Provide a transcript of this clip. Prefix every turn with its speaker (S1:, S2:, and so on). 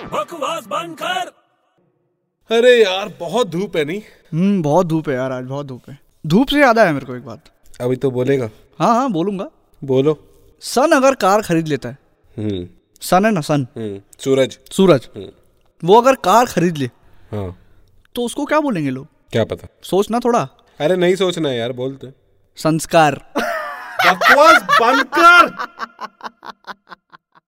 S1: आवाज बंद कर
S2: अरे यार बहुत धूप है नहीं
S3: हम्म बहुत धूप है यार आज बहुत धूप है धूप से याद आया मेरे को एक बात
S2: अभी तो बोलेगा
S3: हाँ हाँ बोलूंगा
S2: बोलो
S3: सन अगर कार खरीद लेता है
S2: हम्म
S3: सन है ना सन
S2: हम्म सूरज
S3: सूरज वो अगर कार खरीद ले
S2: हाँ
S3: तो उसको क्या बोलेंगे लोग
S2: क्या पता
S3: सोचना थोड़ा
S2: अरे नहीं सोचना है यार तो। बोलते
S3: संस्कार
S2: बकवास बंद कर